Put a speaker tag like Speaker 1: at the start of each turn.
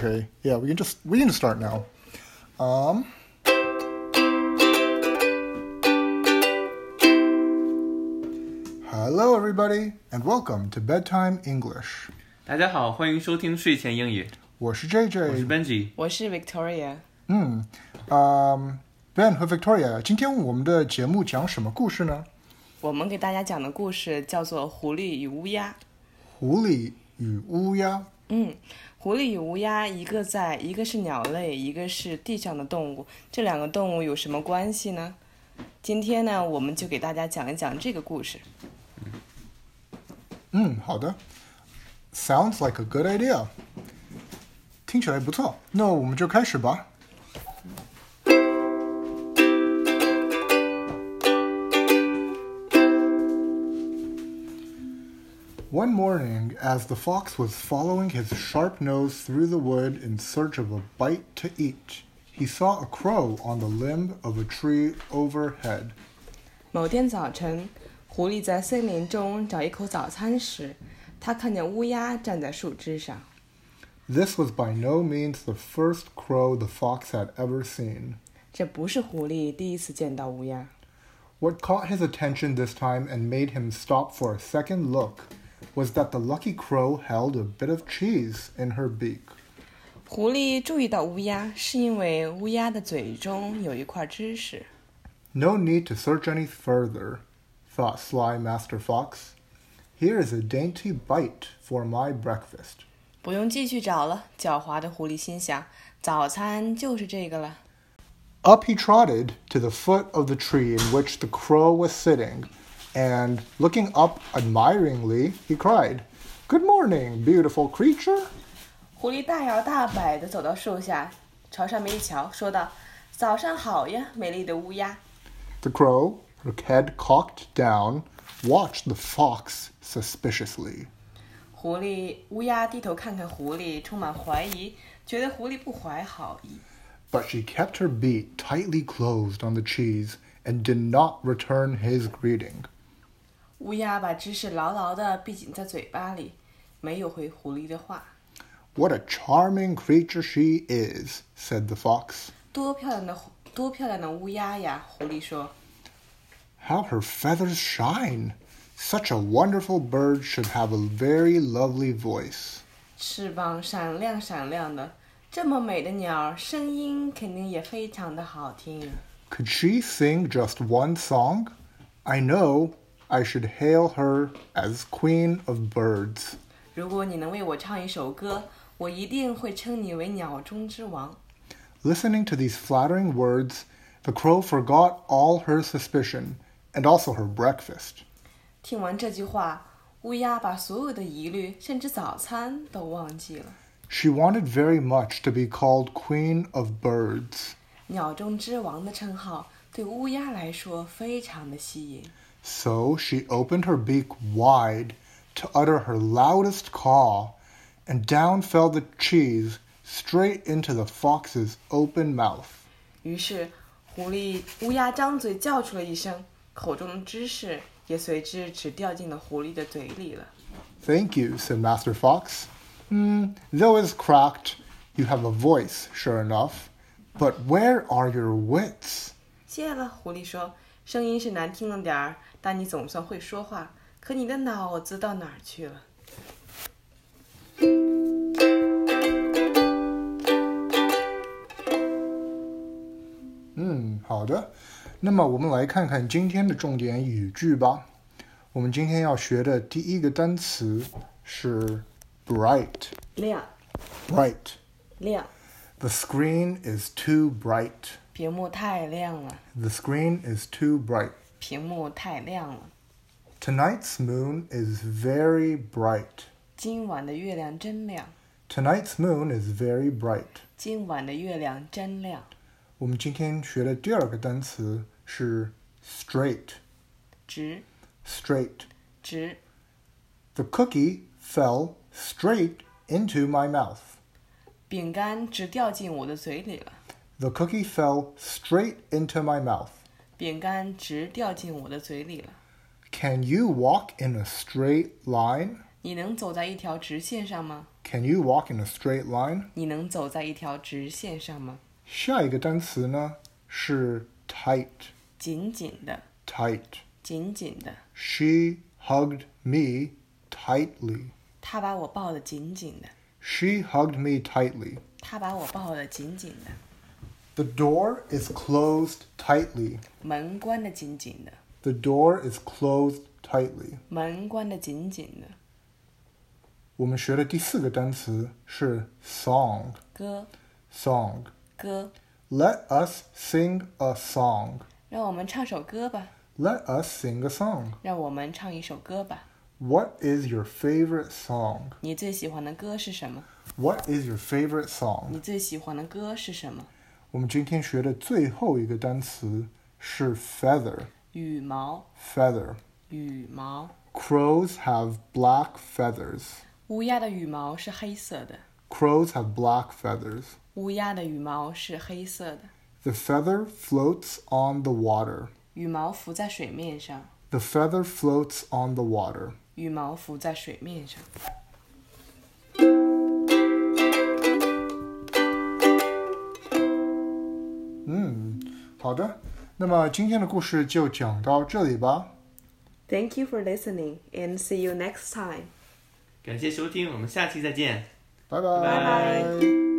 Speaker 1: Okay, yeah, we can just we can just start now. Um, hello, everybody, and welcome to bedtime English.
Speaker 2: 大家好，欢迎收听睡前英语，
Speaker 1: 我是
Speaker 2: 我是
Speaker 1: JJ，
Speaker 2: Benji。
Speaker 3: 我是 Victoria，
Speaker 1: 嗯，嗯，Ben 和 Victoria，今天我们的节目讲什么故事呢？
Speaker 3: 我们给大家讲的故事叫做《狐狸与乌鸦》。
Speaker 1: 狐狸与乌鸦。
Speaker 3: 嗯，狐狸与乌鸦，一个在，一个是鸟类，一个是地上的动物，这两个动物有什么关系呢？今天呢，我们就给大家讲一讲这个故事。
Speaker 1: 嗯，好的。Sounds like a good idea。听起来不错，那我们就开始吧。One morning, as the fox was following his sharp nose through the wood in search of a bite to eat, he saw a crow on the limb of a tree overhead.
Speaker 3: 某天早晨，狐狸在森林中找一口早餐时，它看见乌鸦站在树枝上。
Speaker 1: This was by no means the first crow the fox had ever seen.
Speaker 3: 这不是狐狸第一次见到乌鸦，
Speaker 1: What caught his attention this time and made him stop for a second look was that the lucky crow held a bit of cheese in her beak.
Speaker 3: 狐狸注意到乌鸦是因为乌鸦的嘴中有一块芝士。
Speaker 1: No need to search any further, thought sly Master Fox. Here is a dainty bite for my breakfast.
Speaker 3: 不用继续找了，狡猾的狐狸心想，早餐就是这个了。
Speaker 1: Up he trotted to the foot of the tree in which the crow was sitting, and looking up admiringly, he cried, Good morning, beautiful creature!
Speaker 3: 狐狸大摇大摆地走到树下，朝上面一瞧，说道：“早上好呀，美丽的乌鸦。
Speaker 1: The crow, her head cocked down, watched the fox suspiciously. ”
Speaker 3: 狐狸乌鸦低头看看狐狸，充满怀疑，觉得狐狸不怀好意。
Speaker 1: But she kept her beak tightly closed on the cheese and did not return his greeting.
Speaker 3: 乌鸦把芝士牢牢地闭紧在嘴巴里，没有回狐狸的话。
Speaker 1: What a charming creature she is, said the fox.
Speaker 3: 多漂亮的狐，多漂亮的乌鸦呀！狐狸说
Speaker 1: How her feathers shine! Such a wonderful bird should have a very lovely voice.：“
Speaker 3: 翅膀闪亮闪亮的，这么美的鸟儿，声音肯定也非常的好听。”
Speaker 1: Could she sing just one song? I know I should hail her as queen of birds.
Speaker 3: 如果你能为我唱一首歌，我一定会称你为鸟中之王。
Speaker 1: Listening to these flattering words, the crow forgot all her suspicion and also her breakfast.
Speaker 3: 听完这句话，乌鸦把所有的疑虑，甚至早餐都忘记了。
Speaker 1: She wanted very much to be called Queen of Birds.
Speaker 3: 鸟中之王的称号对乌鸦来说非常的吸引。
Speaker 1: So she opened her beak wide to utter her loudest caw, and down fell the cheese straight into the fox's open mouth.
Speaker 3: 于是，狐狸乌鸦张嘴叫出了一声，口中的芝士也随之只掉进了狐狸的嘴里了。
Speaker 1: Thank you, said Master Fox. Hmm, though it's cracked, you have a voice, sure enough. But where are your wits?
Speaker 3: 谢了，狐狸说，声音是难听了点儿，但你总算会说话。可你的脑子到哪儿去了？
Speaker 1: 嗯，好的。那么我们来看看今天的重点语句吧。我们今天要学的第一个单词是 bright。
Speaker 3: 亮
Speaker 1: Bright.
Speaker 3: 亮，
Speaker 1: The screen is too bright.
Speaker 3: 屏幕太亮了，
Speaker 1: The screen is too bright.
Speaker 3: 屏幕太亮了。
Speaker 1: Tonight's moon is very bright.
Speaker 3: 今晚的月亮真亮，
Speaker 1: Tonight's moon is very bright.
Speaker 3: 今晚的月亮真亮。
Speaker 1: 我们今天学的第二个单词是 straight.
Speaker 3: 直
Speaker 1: Straight.
Speaker 3: 直，
Speaker 1: The cookie fell straight into my mouth.
Speaker 3: 饼干直掉进我的嘴里了，
Speaker 1: The cookie fell straight into my mouth.
Speaker 3: 饼干直掉进我的嘴里了。
Speaker 1: Can you walk in a straight line?
Speaker 3: 你能走在一条直线上吗？
Speaker 1: Can you walk in a straight line？
Speaker 3: 你能走在一条直线上吗？
Speaker 1: 下一个单词呢是 tight，tight。
Speaker 3: 紧紧的，紧紧的，
Speaker 1: She hugged me tightly.
Speaker 3: 他把我抱得紧紧的，
Speaker 1: She hugged me tightly.
Speaker 3: 他把我抱得紧紧的，
Speaker 1: The door is closed tightly.
Speaker 3: 门关得紧紧的，
Speaker 1: The door is closed tightly.
Speaker 3: 门关得紧紧的。
Speaker 1: 我们学的第四个单词是 song.
Speaker 3: 歌
Speaker 1: Song.
Speaker 3: 歌，
Speaker 1: Let us sing a song.
Speaker 3: 让我们唱首歌吧，
Speaker 1: Let us sing a song.
Speaker 3: 让我们唱一首歌吧。
Speaker 1: What is your favorite song?
Speaker 3: 你最喜欢的歌是什么？
Speaker 1: What is your favorite
Speaker 3: 你
Speaker 1: song?
Speaker 3: 最喜欢的歌是什么？
Speaker 1: 我们今天学的最后一个单词是 feather.
Speaker 3: 羽毛，
Speaker 1: Feather.
Speaker 3: 羽毛。
Speaker 1: Crows have black feathers.
Speaker 3: 乌鸦的羽毛是黑色的，
Speaker 1: Crows have black feathers.
Speaker 3: 乌鸦的羽毛是黑色的，
Speaker 1: The feather floats on the water.
Speaker 3: 羽毛浮在水面上，
Speaker 1: The feather floats on the water.
Speaker 3: 羽毛浮在水面上。
Speaker 1: Hmm. 嗯，好的，那么今天的故事就讲到这里吧。See
Speaker 3: Thank you for listening and see you next time.
Speaker 2: 感谢收听，我们下期再见。
Speaker 1: Bye bye.
Speaker 2: Bye.